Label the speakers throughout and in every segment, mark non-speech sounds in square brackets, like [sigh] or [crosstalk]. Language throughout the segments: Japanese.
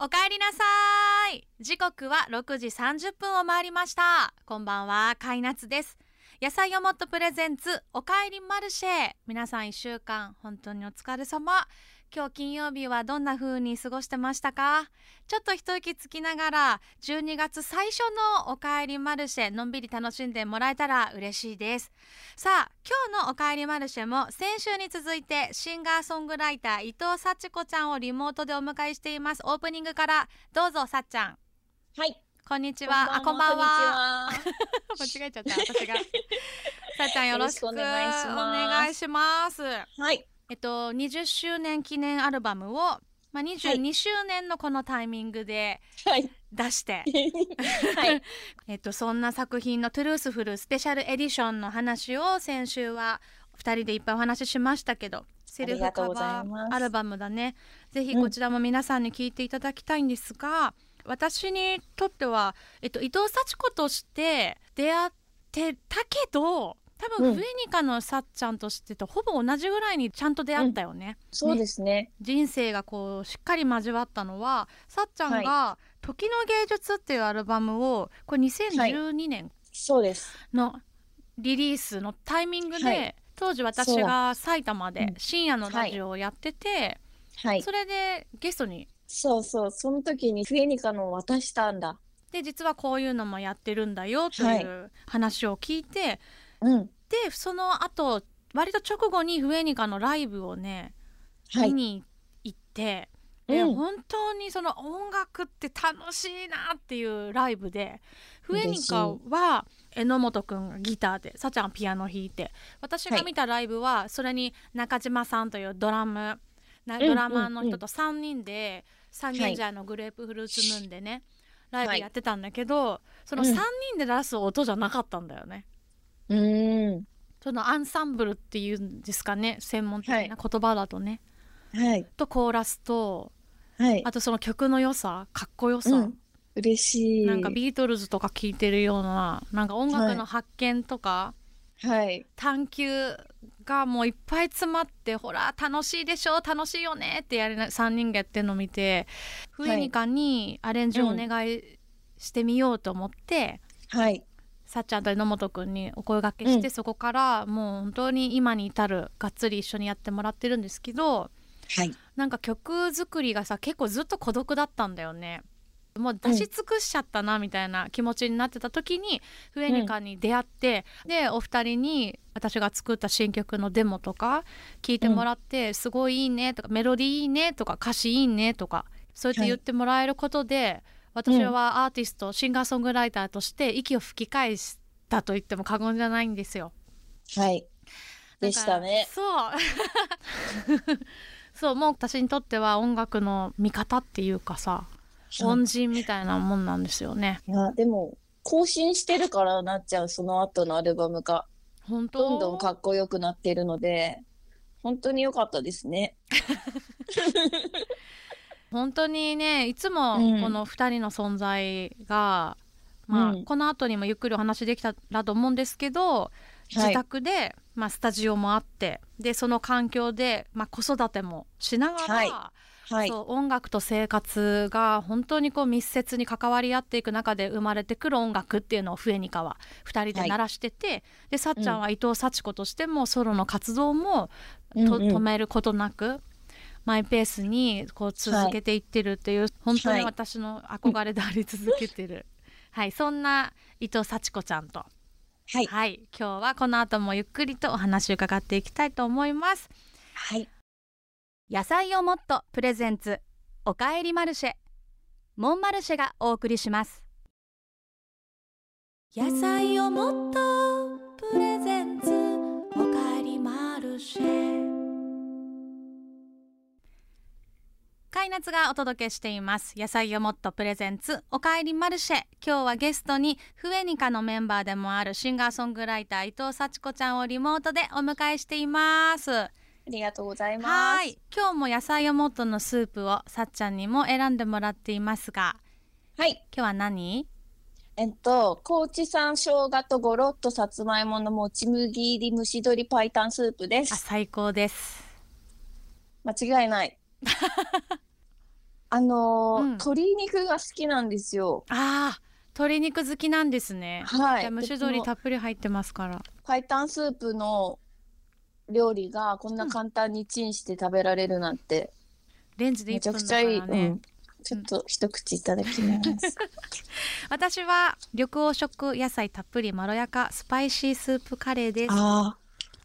Speaker 1: おかえりなさい時刻は6時30分を回りましたこんばんはかいなつです野菜をもっとプレゼンツおかえりマルシェ皆さん1週間本当にお疲れ様今日金曜日はどんな風に過ごしてましたかちょっと一息つきながら12月最初のおかえりマルシェのんびり楽しんでもらえたら嬉しいですさあ今日の「おかえりマルシェ」も先週に続いてシンガーソングライター伊藤幸子ちゃんをリモートでお迎えしていますオープニングからどうぞさっちゃん
Speaker 2: はい。
Speaker 1: こんにちはあこんばんは
Speaker 2: は。こんにちは
Speaker 1: 間違えちゃった私がさっちゃんよろしく
Speaker 2: よろしくお願いします
Speaker 1: お願いします
Speaker 2: はい。
Speaker 1: えっと20周年記念アルバムを、まあ、22周年のこのタイミングで
Speaker 2: はい。
Speaker 1: 出して、
Speaker 2: はい。
Speaker 1: えっと、そんな作品の「トゥルースフルスペシャルエディション」の話を先週は2人でいっぱいお話ししましたけどセルフ
Speaker 2: ありがと
Speaker 1: カ
Speaker 2: うござ
Speaker 1: バ
Speaker 2: いま
Speaker 1: ー
Speaker 2: す
Speaker 1: アルバムだねぜひこちらも皆さんに聞いていただきたいんですが、私にとっては、えっと、伊藤幸子として出会ってたけど多
Speaker 2: う
Speaker 1: 分
Speaker 2: ん
Speaker 1: 笛ニカのさっちゃんとしてとほぼ同じぐらいにちゃんと出会ったよね。
Speaker 2: そうですね。
Speaker 1: 人生がこうしっかり交わったのはさっちゃんが「時の芸術」っていうアルバムをこれ2012年
Speaker 2: そうです。
Speaker 1: のリリースのタイミングで、
Speaker 2: はい
Speaker 1: 当時私
Speaker 2: そう
Speaker 1: が埼玉
Speaker 2: う
Speaker 1: で
Speaker 2: ん
Speaker 1: 深夜のラジオをやってて、
Speaker 2: はい。
Speaker 1: それでゲストに
Speaker 2: そうそう。その時にフェニカのを渡したんだ。
Speaker 1: で実はこういうのもやってるんだよと
Speaker 2: はい
Speaker 1: いう話を聞いて、
Speaker 2: うん。
Speaker 1: でその後割と直後にフエニカのライブをね
Speaker 2: は
Speaker 1: 見
Speaker 2: い。
Speaker 1: に行って、で
Speaker 2: うん
Speaker 1: 本当にその音楽って楽しいなっていうライブで笛ニカは榎本くんがギターでさちゃんはピアノ弾いて私
Speaker 2: は
Speaker 1: が
Speaker 2: い
Speaker 1: 見たライブはそれに中島さんというドラムな
Speaker 2: うん
Speaker 1: ドラマーの
Speaker 2: うんう
Speaker 1: 人
Speaker 2: ん
Speaker 1: と3人で三軒茶屋のグレープフルーツムーンでねライブ
Speaker 2: はい
Speaker 1: やってたんだけどその
Speaker 2: うん
Speaker 1: 3人で出す音じゃなかったんだよね。
Speaker 2: うーん。
Speaker 1: そのアンサンブルっていうんですかね専門的な言葉だとね。
Speaker 2: はい。
Speaker 1: とコーラスと
Speaker 2: はい。
Speaker 1: あとその曲の良さかっこよさ、
Speaker 2: うん。嬉しい。
Speaker 1: なんかビートルズとか聴いてるようななんか音楽の発見とか、
Speaker 2: はい。
Speaker 1: 探求がもういっぱい詰まってほら楽しいでしょ楽しいよねってやりな3人がやってるのを見て
Speaker 2: い
Speaker 1: 笛にかにアレンジをお願いしてみようと思って。
Speaker 2: はい。
Speaker 1: さっちゃんと榎本くんにお声掛けして、
Speaker 2: うん
Speaker 1: そこからもう本当に今に至るがっつり一緒にやってもらってるんですけど
Speaker 2: はい。
Speaker 1: なんか曲作りがさ結構ずっと孤独だったんだよねもう出し尽くしちゃったなみたいな気持ちになってた時にフエニカに出会って、でお二人に私が作った新曲のデモとか聞いてもらって、すごいいいねとかメロディーいいねとか歌詞いいねとかそうやって言ってもらえることで、私はアーティスト、シンガーソングライターとして息を吹き返したと言っても過言じゃないんですよ。
Speaker 2: はい。でしたね
Speaker 1: なんかそう [laughs] そうもう私にとっては音楽の味方っていうかさ
Speaker 2: うん
Speaker 1: 恩人みたいなもんなんですよね。
Speaker 2: いや、でも、更新してるからなっちゃう、その後のアルバムが。
Speaker 1: 本当
Speaker 2: どんどんかっこよくなっているので、本当に良かったですね。
Speaker 1: 本当にねいつも
Speaker 2: うん
Speaker 1: この2人の存在が、まあ
Speaker 2: うん
Speaker 1: この後にもゆっくりお話できたらと思うんですけど自宅で、まあ、スタジオもあってでその環境で、まあ、子育てもしながら、
Speaker 2: はいはい。
Speaker 1: そう音楽と生活が本当にこう密接に関わり合っていく中で生まれてくる音楽っていうのを笛にかは2人で鳴らしてて、でさっちゃんは伊藤幸子としてもソロの活動もと、
Speaker 2: うんうん
Speaker 1: 止めることなくマイペースにこう続けていってるっていう、本当に私の憧れであり続けてる、はい、そんな伊藤幸子ちゃんと
Speaker 2: はい。
Speaker 1: はい、今日はこの後もゆっくりとお話伺っていきたいと思います。
Speaker 2: はい。
Speaker 1: 野菜をもっとプレゼンツおかえりマルシェモンマルシェがお送りします野菜をもっとプレゼンツおかえりマルシェカイナツがお届けしています野菜をもっとプレゼンツおかえりマルシェ今日はゲストにフエニカのメンバーでもあるシンガーソングライター伊藤幸子ちゃんをリモートでお迎えしています
Speaker 2: ありがとうございます。
Speaker 1: はい今日も野菜をもっとのスープをさっちゃんにも選んでもらっていますが
Speaker 2: はい。
Speaker 1: 今日は何
Speaker 2: えっと、高知産生姜とごろっとさつまいものもち麦入り蒸し鶏白湯スープで
Speaker 1: あ
Speaker 2: す。
Speaker 1: 最高です [laughs]
Speaker 2: 間違いない。あのー
Speaker 1: うん
Speaker 2: 鶏肉が好きなんですよ。
Speaker 1: ああ、鶏肉好きなんですね。
Speaker 2: は
Speaker 1: じゃ
Speaker 2: い。
Speaker 1: あ蒸し
Speaker 2: で
Speaker 1: 鶏
Speaker 2: この
Speaker 1: たっぷり入ってますから。
Speaker 2: 白湯スープの料理がこんな簡単にチンして食べられるなんて、
Speaker 1: レンジで
Speaker 2: め
Speaker 1: 1
Speaker 2: ちゃく
Speaker 1: 分
Speaker 2: ちゃいい、
Speaker 1: だからね。
Speaker 2: うんちょっと一口いただ
Speaker 1: [laughs]
Speaker 2: きます。
Speaker 1: 私は緑黄色野菜たっぷりまろやかスパイシースープカレーです。
Speaker 2: ああ、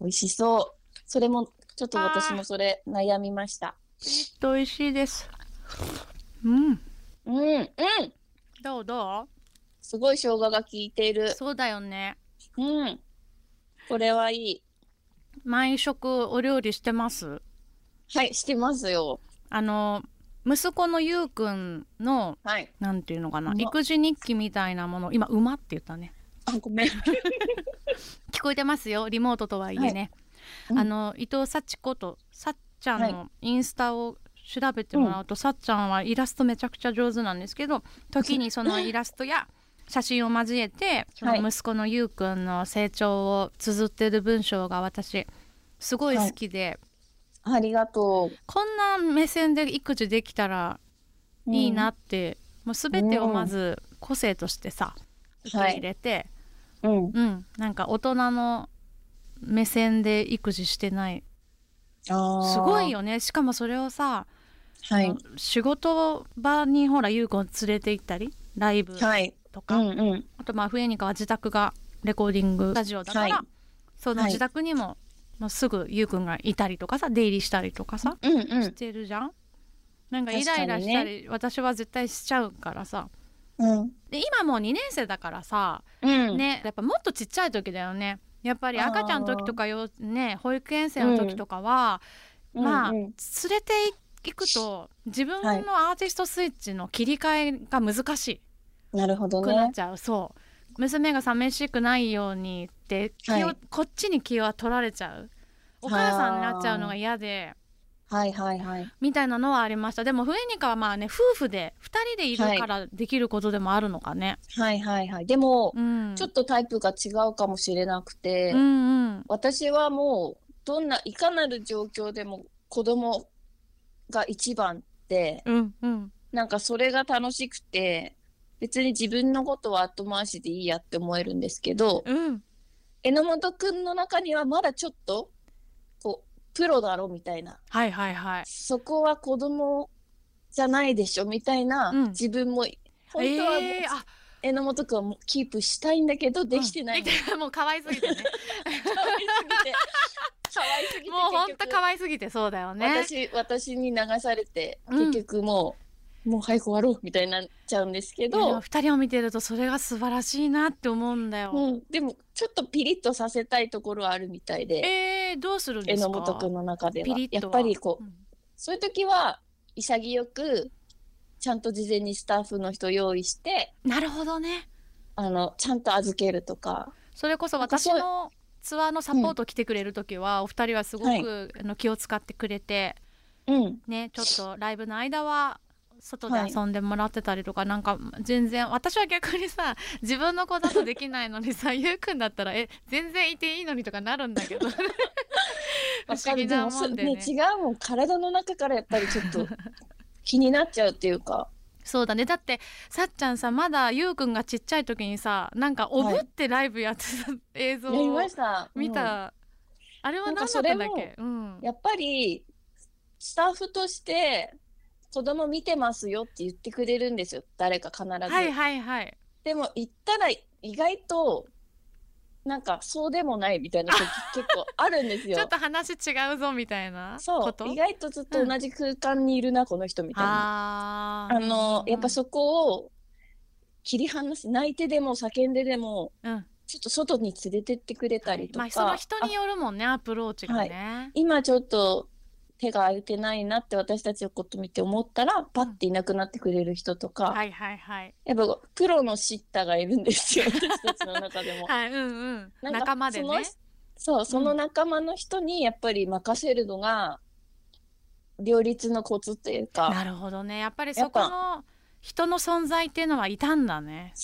Speaker 2: 美味しそう。それも、ちょっと私もそれ悩みました。
Speaker 1: と美味しいです。うん。
Speaker 2: うん、うん、
Speaker 1: どうど？
Speaker 2: すごい生姜が効いていうる。
Speaker 1: そうだよね。
Speaker 2: うん。これはいい。
Speaker 1: 毎食お料理してます。
Speaker 2: はい、してますよ。
Speaker 1: あの息子のゆうくんの
Speaker 2: はい。
Speaker 1: なんていうのかな
Speaker 2: うま
Speaker 1: 育児日記みたいなもの今馬って言ったね。
Speaker 2: あ、ごめん。
Speaker 1: 聞こえてますよリモートとはいえね。
Speaker 2: はいうん
Speaker 1: あの伊藤幸子とさっちゃんのインスタを調べてもらうと、さっちゃんはイラストめちゃくちゃ上手なんですけど時にそのイラストや写真を交えてその
Speaker 2: はい
Speaker 1: 息子のゆうくんの成長を綴ってる文章が私すごい好きで、
Speaker 2: ありがと
Speaker 1: こんな目線で育児できたら
Speaker 2: う。
Speaker 1: いいなって、もう全てをまず個性としてさ、
Speaker 2: うん。
Speaker 1: 受け
Speaker 2: は
Speaker 1: 入
Speaker 2: い。
Speaker 1: れて、
Speaker 2: うん。
Speaker 1: うん、なんか大人の目線で育児してない
Speaker 2: あ
Speaker 1: すごい
Speaker 2: よ。
Speaker 1: よねしかもそれをさ、
Speaker 2: はい。
Speaker 1: 仕事場にほら優子を連れて行ったりライブ
Speaker 2: はい。
Speaker 1: と
Speaker 2: う
Speaker 1: か、
Speaker 2: んうん。
Speaker 1: あとまあ冬にかは自宅がレコーディングスタジオだから、
Speaker 2: はい
Speaker 1: その
Speaker 2: はい
Speaker 1: 自宅にも、もうすぐ優くんがいたりとかさ出入りしたりとかさ、
Speaker 2: うんう
Speaker 1: し
Speaker 2: ん。
Speaker 1: てるじゃんなんかイ
Speaker 2: 確
Speaker 1: ラ
Speaker 2: か
Speaker 1: イ
Speaker 2: にね
Speaker 1: ラしたり、私は絶対しちゃうからさ
Speaker 2: うん。
Speaker 1: で今もう2年生だからさ、
Speaker 2: うん。
Speaker 1: ねやっぱもっとちっちゃい時だよねやっぱり赤ちゃんの時とかよ、ね、保育園生の時とかは、
Speaker 2: うん
Speaker 1: まあ
Speaker 2: う
Speaker 1: 連
Speaker 2: ん
Speaker 1: れていくと自分のアーティストスイッチの切り替えが難し
Speaker 2: なるほど
Speaker 1: くなっ
Speaker 2: ね。
Speaker 1: ちゃう、そう娘が寂しくないようにって気を、
Speaker 2: はい
Speaker 1: こっちに気は取られちゃうお母さんになっちゃうのが嫌で
Speaker 2: はいはいはい。
Speaker 1: みたいなのはありましたでもフエニカはまあね夫婦で2人でいるからできることでもあるのかね、
Speaker 2: はいはいはい。でも、
Speaker 1: うん
Speaker 2: ちょっとタイプが違うかもしれなくて。
Speaker 1: うんうん
Speaker 2: 私はもうどんないかなる状況でも子供が一番って
Speaker 1: うんうん
Speaker 2: なんかそれが楽しくて別に自分のことは後回しでいいやって思えるんですけど
Speaker 1: うん
Speaker 2: 榎本くんの中にはまだちょっとこうプロだろみたいな
Speaker 1: はいはいはい
Speaker 2: そこは子供じゃないでしょみたいな、
Speaker 1: うん
Speaker 2: 自分も本当はもう
Speaker 1: えーあ
Speaker 2: 榎本くんはもうキープしたいんだけどできてない
Speaker 1: うん
Speaker 2: の、
Speaker 1: で
Speaker 2: [laughs]
Speaker 1: きてもう可愛す [laughs] ぎてね
Speaker 2: 可愛す
Speaker 1: [laughs]
Speaker 2: ぎて可愛すぎて
Speaker 1: もうほん
Speaker 2: 結
Speaker 1: と
Speaker 2: 局
Speaker 1: 可愛すぎてそうだよね
Speaker 2: 私私に流されて
Speaker 1: うん
Speaker 2: 結局もう、もう早く終わろうみたいになっちゃうんですけ
Speaker 1: いやでも
Speaker 2: ど、
Speaker 1: 二人を見てるとそれが素晴らしいなって思うんだよ、
Speaker 2: うん、でもちょっとピリッとさせたいところはあるみたいで
Speaker 1: えー、どうするんですか
Speaker 2: 榎本くんの中では
Speaker 1: ピリッ
Speaker 2: や
Speaker 1: と
Speaker 2: っ
Speaker 1: は
Speaker 2: ぱりこう
Speaker 1: うん
Speaker 2: そういう時は潔くちゃんと事前にスタッフの人用意して
Speaker 1: なるほどね
Speaker 2: あのちゃんと預けるとか
Speaker 1: それこそ私
Speaker 2: なんか
Speaker 1: のツアーのサポート来てくれる時は、お二人はすごく、
Speaker 2: はい
Speaker 1: あの気を使ってくれて
Speaker 2: うん
Speaker 1: ねちょっとライブの間は外で遊んでもらってたりとか、なんか全然私は逆にさ自分の子だとできないのに
Speaker 2: [laughs]
Speaker 1: さゆうくんだったらえ全然いていいのにとかなるんだけど不
Speaker 2: わ
Speaker 1: 思
Speaker 2: か
Speaker 1: 議
Speaker 2: るで
Speaker 1: なも
Speaker 2: もそ
Speaker 1: ん
Speaker 2: う
Speaker 1: で
Speaker 2: ね
Speaker 1: ね
Speaker 2: 違うもん体の中からやっぱりちょ
Speaker 1: [laughs]
Speaker 2: っと気になっちゃうっていうか
Speaker 1: そうだねだってさっちゃんさまだゆうくんがちっちゃい時にさなんかおぶってライブやってた映像
Speaker 2: やり
Speaker 1: を
Speaker 2: ました
Speaker 1: 見
Speaker 2: うん
Speaker 1: た、あれは何だ
Speaker 2: なん
Speaker 1: っ
Speaker 2: かそ
Speaker 1: た
Speaker 2: れ
Speaker 1: んだっ
Speaker 2: も
Speaker 1: けうん
Speaker 2: やっぱりスタッフとして子供見てますよって言ってくれるんですよ誰か必ず、
Speaker 1: はいはいはい
Speaker 2: でも行ったら意外となんかそうでもないみたい
Speaker 1: [laughs]
Speaker 2: な時結構あるんです
Speaker 1: ちょ
Speaker 2: よ
Speaker 1: っと話違うぞみたいな
Speaker 2: そ
Speaker 1: こと
Speaker 2: う意外とずっと同じ空間にいるな、この人みたいな
Speaker 1: あー
Speaker 2: あのやっぱそこを切り離す泣いてでも叫んででも
Speaker 1: うん
Speaker 2: ちょっと外に連れてってくれたりとか、
Speaker 1: まあ、その人によるもんねアプローチがね、
Speaker 2: 今ちょっと手が空いてないなって私たちのこと見て思ったらパッていなくなってくれる人とか、
Speaker 1: はい、はいはい
Speaker 2: やっぱプロのシッターがいるんですよ私たちの中でも。
Speaker 1: はいうんう
Speaker 2: なんんか
Speaker 1: 仲間でね
Speaker 2: そのそうその仲間の人にやっぱり任せるのが両立のコツというか
Speaker 1: なるほどねやっぱり
Speaker 2: や
Speaker 1: そ
Speaker 2: っぱ
Speaker 1: この人の存在っていうのはいたんだね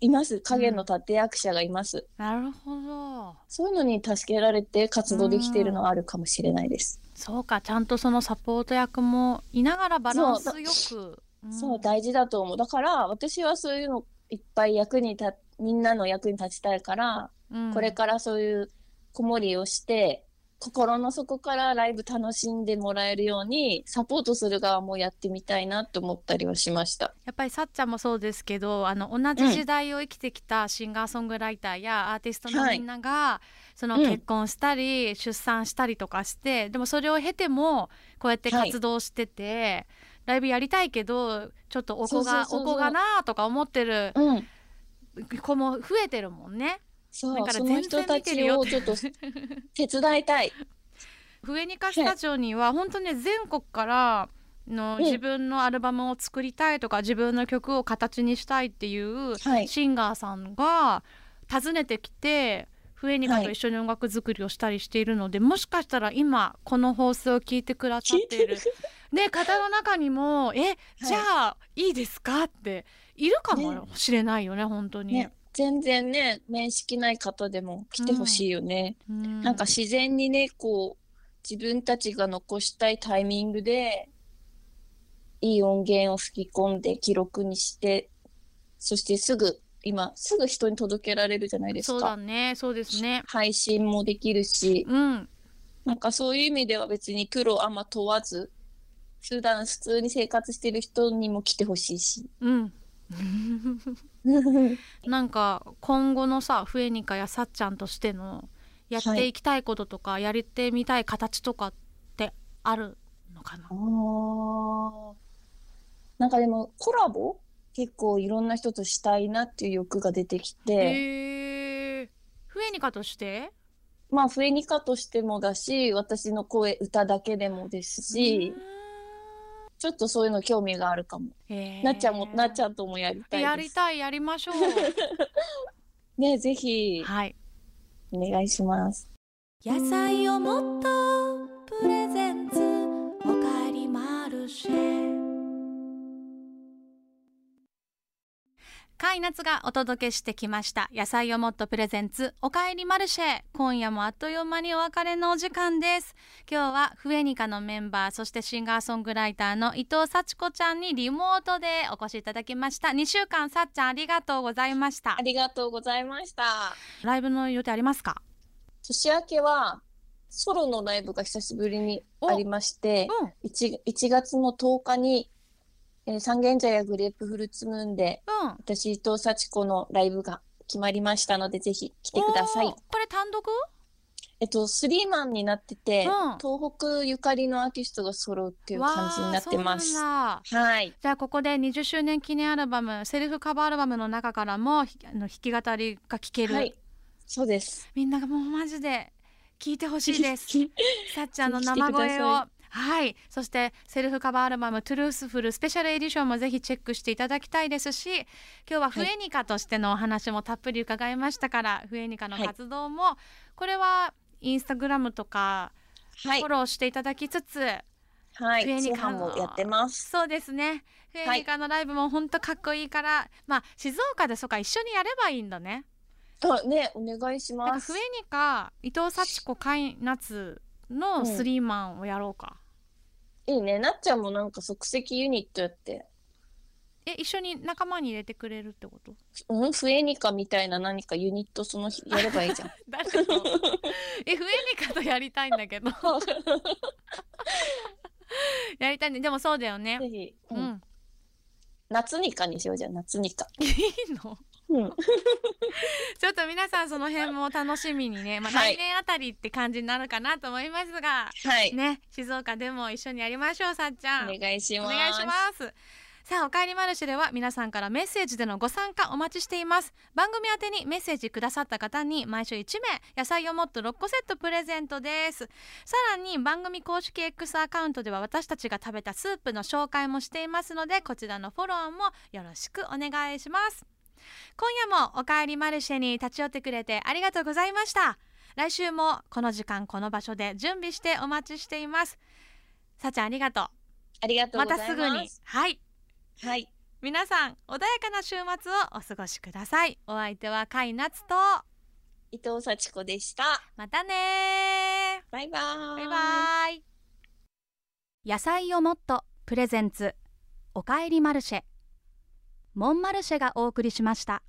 Speaker 2: います影の立役者がいます、
Speaker 1: なるほど
Speaker 2: そういうのに助けられて活動できているのはあるかもしれないです。
Speaker 1: そうかちゃんとそのサポート役もいながらバランスよく、うん
Speaker 2: そう、大事だと思う。だから、私はそういうのいっぱい役に立、みんなの役に立ちたいから、
Speaker 1: うん
Speaker 2: これからそういう子守りをして、心の底からライブ楽しんでもらえるように、サポートする側もやってみたいなと思ったりはしました。
Speaker 1: やっぱりさっちゃんもそうですけどあの同じ時代を生きてきたシンガーソングライターやアーティストのみんなが、その
Speaker 2: うん
Speaker 1: 結婚したり、出産したりとかしてでもそれを経てもこうやって活動してて、ライブやりたいけどちょっとおこが
Speaker 2: そうそうそうそう
Speaker 1: おこがなとか思ってる
Speaker 2: うん。
Speaker 1: 子も増えてるもんね。
Speaker 2: そ
Speaker 1: だか
Speaker 2: う、
Speaker 1: ら
Speaker 2: その
Speaker 1: 全
Speaker 2: 人
Speaker 1: 然
Speaker 2: た
Speaker 1: 見てる
Speaker 2: ち
Speaker 1: よ
Speaker 2: を
Speaker 1: って
Speaker 2: ちょっ
Speaker 1: [laughs]
Speaker 2: と手伝いたい。
Speaker 1: 笛にかスタジオには本当に全国からの
Speaker 2: うん
Speaker 1: 自分のアルバムを作りたいとか自分の曲を形にしたいっていう
Speaker 2: はい。
Speaker 1: シンガーさんが訪ねてきて笛にかと一緒に音楽作りをしたりしているので、もしかしたら今この放送を聞いてくださっている、ね、方の中にも「えじゃあいいですか?」っているかもしれないよね本当に。
Speaker 2: ね、全然ね、面識ない方でも来てほしいよね。
Speaker 1: う
Speaker 2: なんか自然にね、こう、自分たちが残したいタイミングで、いい音源を吹き込んで記録にして、そしてすぐ、今、すぐ人に届けられるじゃないです
Speaker 1: そうだ
Speaker 2: か。
Speaker 1: ねそうですね。
Speaker 2: 配信もできるし、
Speaker 1: うん
Speaker 2: なんかそういう意味では別に黒あんま問わず、普段普通に生活してる人にも来てほしいし。
Speaker 1: うん、なんか今後のさ笛にかやさっちゃんとしてのやっていきたいこととか、やりてみたい形とかってあるのかな
Speaker 2: あーなんかでもコラボ結構いろんな人としたいなっていう欲が出てきて、
Speaker 1: へえ。フエニカとして
Speaker 2: まあ、笛ニカとしてもだし、私の声、歌だけでもですし、ちょっとそういうの興味があるかも。なっちゃんも、なっち
Speaker 1: ゃ
Speaker 2: ゃんともやりたいです。
Speaker 1: やりたいやりましょう
Speaker 2: ね、ぜひ、
Speaker 1: はい
Speaker 2: お願いします。
Speaker 1: 野菜をもっとプレゼンツおかえりマルシェカイナツがお届けしてきました野菜をもっとプレゼンツおかえりマルシェ今夜もあっという間にお別れのお時間です今日はフエニカのメンバーそしてシンガーソングライターの伊藤幸子ちゃんにリモートでお越しいただきました2週間さっちゃんありがとうございました
Speaker 2: ありがとうございました。
Speaker 1: ライブの予定ありますか
Speaker 2: 年明けは、ソロのライブが久しぶりにありまして、
Speaker 1: うん
Speaker 2: 1, 1月の10日に、えー三軒茶屋グレープフルーツムーンで
Speaker 1: うん
Speaker 2: 私伊藤幸子のライブが決まりましたのでぜひ来てくださ
Speaker 1: おー
Speaker 2: い。
Speaker 1: これ単独
Speaker 2: えっとスリーマンになってて、
Speaker 1: うん
Speaker 2: 東北ゆかりのアーティストが揃うっていう感じになってます。
Speaker 1: わあそうなんだ
Speaker 2: はい、
Speaker 1: じゃあここで20周年記念アルバムセルフカバーアルバムの中からもひあの弾き語りが聴ける、
Speaker 2: はい、そうです。
Speaker 1: みんながもうマジで聴いてほしい
Speaker 2: [laughs]
Speaker 1: ですさっちゃんの生
Speaker 2: 聞いて
Speaker 1: 声
Speaker 2: くだ
Speaker 1: を
Speaker 2: さ
Speaker 1: はいそしてセルフカバーアルバム「トゥルースフルスペシャルエディション」もぜひチェックしていただきたいですし今日はフエニカとしてのお話もたっぷり伺いましたから、フエニカの活動も、これはインスタグラムとか
Speaker 2: はい
Speaker 1: フォ、ローしていただきつつ、
Speaker 2: はい、
Speaker 1: 上に
Speaker 2: 通
Speaker 1: か
Speaker 2: 販もやってます。
Speaker 1: そうですね。フェ
Speaker 2: は
Speaker 1: ア
Speaker 2: い
Speaker 1: リカのライブも本当かっこいいから、まあ静岡でそうか一緒にやればいいんだね。
Speaker 2: あ、ね、お願いし
Speaker 1: なんか
Speaker 2: ます
Speaker 1: フェ。アリカ、伊藤幸子、カイナツのスリーマンをやろうか。
Speaker 2: いいね、なっちゃんもなんか即席ユニットやって、
Speaker 1: え一緒に仲間に入れてくれるって
Speaker 2: [laughs]
Speaker 1: こと？
Speaker 2: うん、フエニカみたいな何かユニットその日やればい
Speaker 1: [laughs]
Speaker 2: いじゃん。
Speaker 1: 誰と？えフェアリカとやりたいんだ
Speaker 2: [laughs]
Speaker 1: けど。やりたいね。でもそうだよね
Speaker 2: ぜ。ひ、う、
Speaker 1: うんん。
Speaker 2: 夏にかにしようじゃん、夏にか。
Speaker 1: いいの？ [laughs]
Speaker 2: うん、
Speaker 1: ちょっと皆さんその辺も楽しみにね、まあ
Speaker 2: はい
Speaker 1: 来年あたりって感じになるかなと思いますが、
Speaker 2: はい。
Speaker 1: ね静岡でも一緒にやりましょうさっちゃん。
Speaker 2: お願いし
Speaker 1: お
Speaker 2: ます。
Speaker 1: 願いしますさあおかえりマルシェでは皆さんからメッセージでのご参加お待ちしています番組宛てにメッセージくださった方に毎週1名野菜をもっと6個セットプレゼントですさらに番組公式 X アカウントでは私たちが食べたスープの紹介もしていますのでこちらのフォローもよろしくお願いします今夜もおかえりマルシェに立ち寄ってくれてありがとうございました来週もこの時間この場所で準備してお待ちしていますさちゃんありがとう
Speaker 2: ありがと
Speaker 1: ま
Speaker 2: うござい
Speaker 1: た
Speaker 2: ます。
Speaker 1: すぐに。はい
Speaker 2: はい。
Speaker 1: 皆さん穏やかな週末をお過ごしくださいお相手は甲斐夏と
Speaker 2: 伊藤幸子でした。
Speaker 1: またね
Speaker 2: バイバー
Speaker 1: バ
Speaker 2: イ。
Speaker 1: イバイ野菜をもっとプレゼンツおかえりマルシェモンマルシェがお送りしました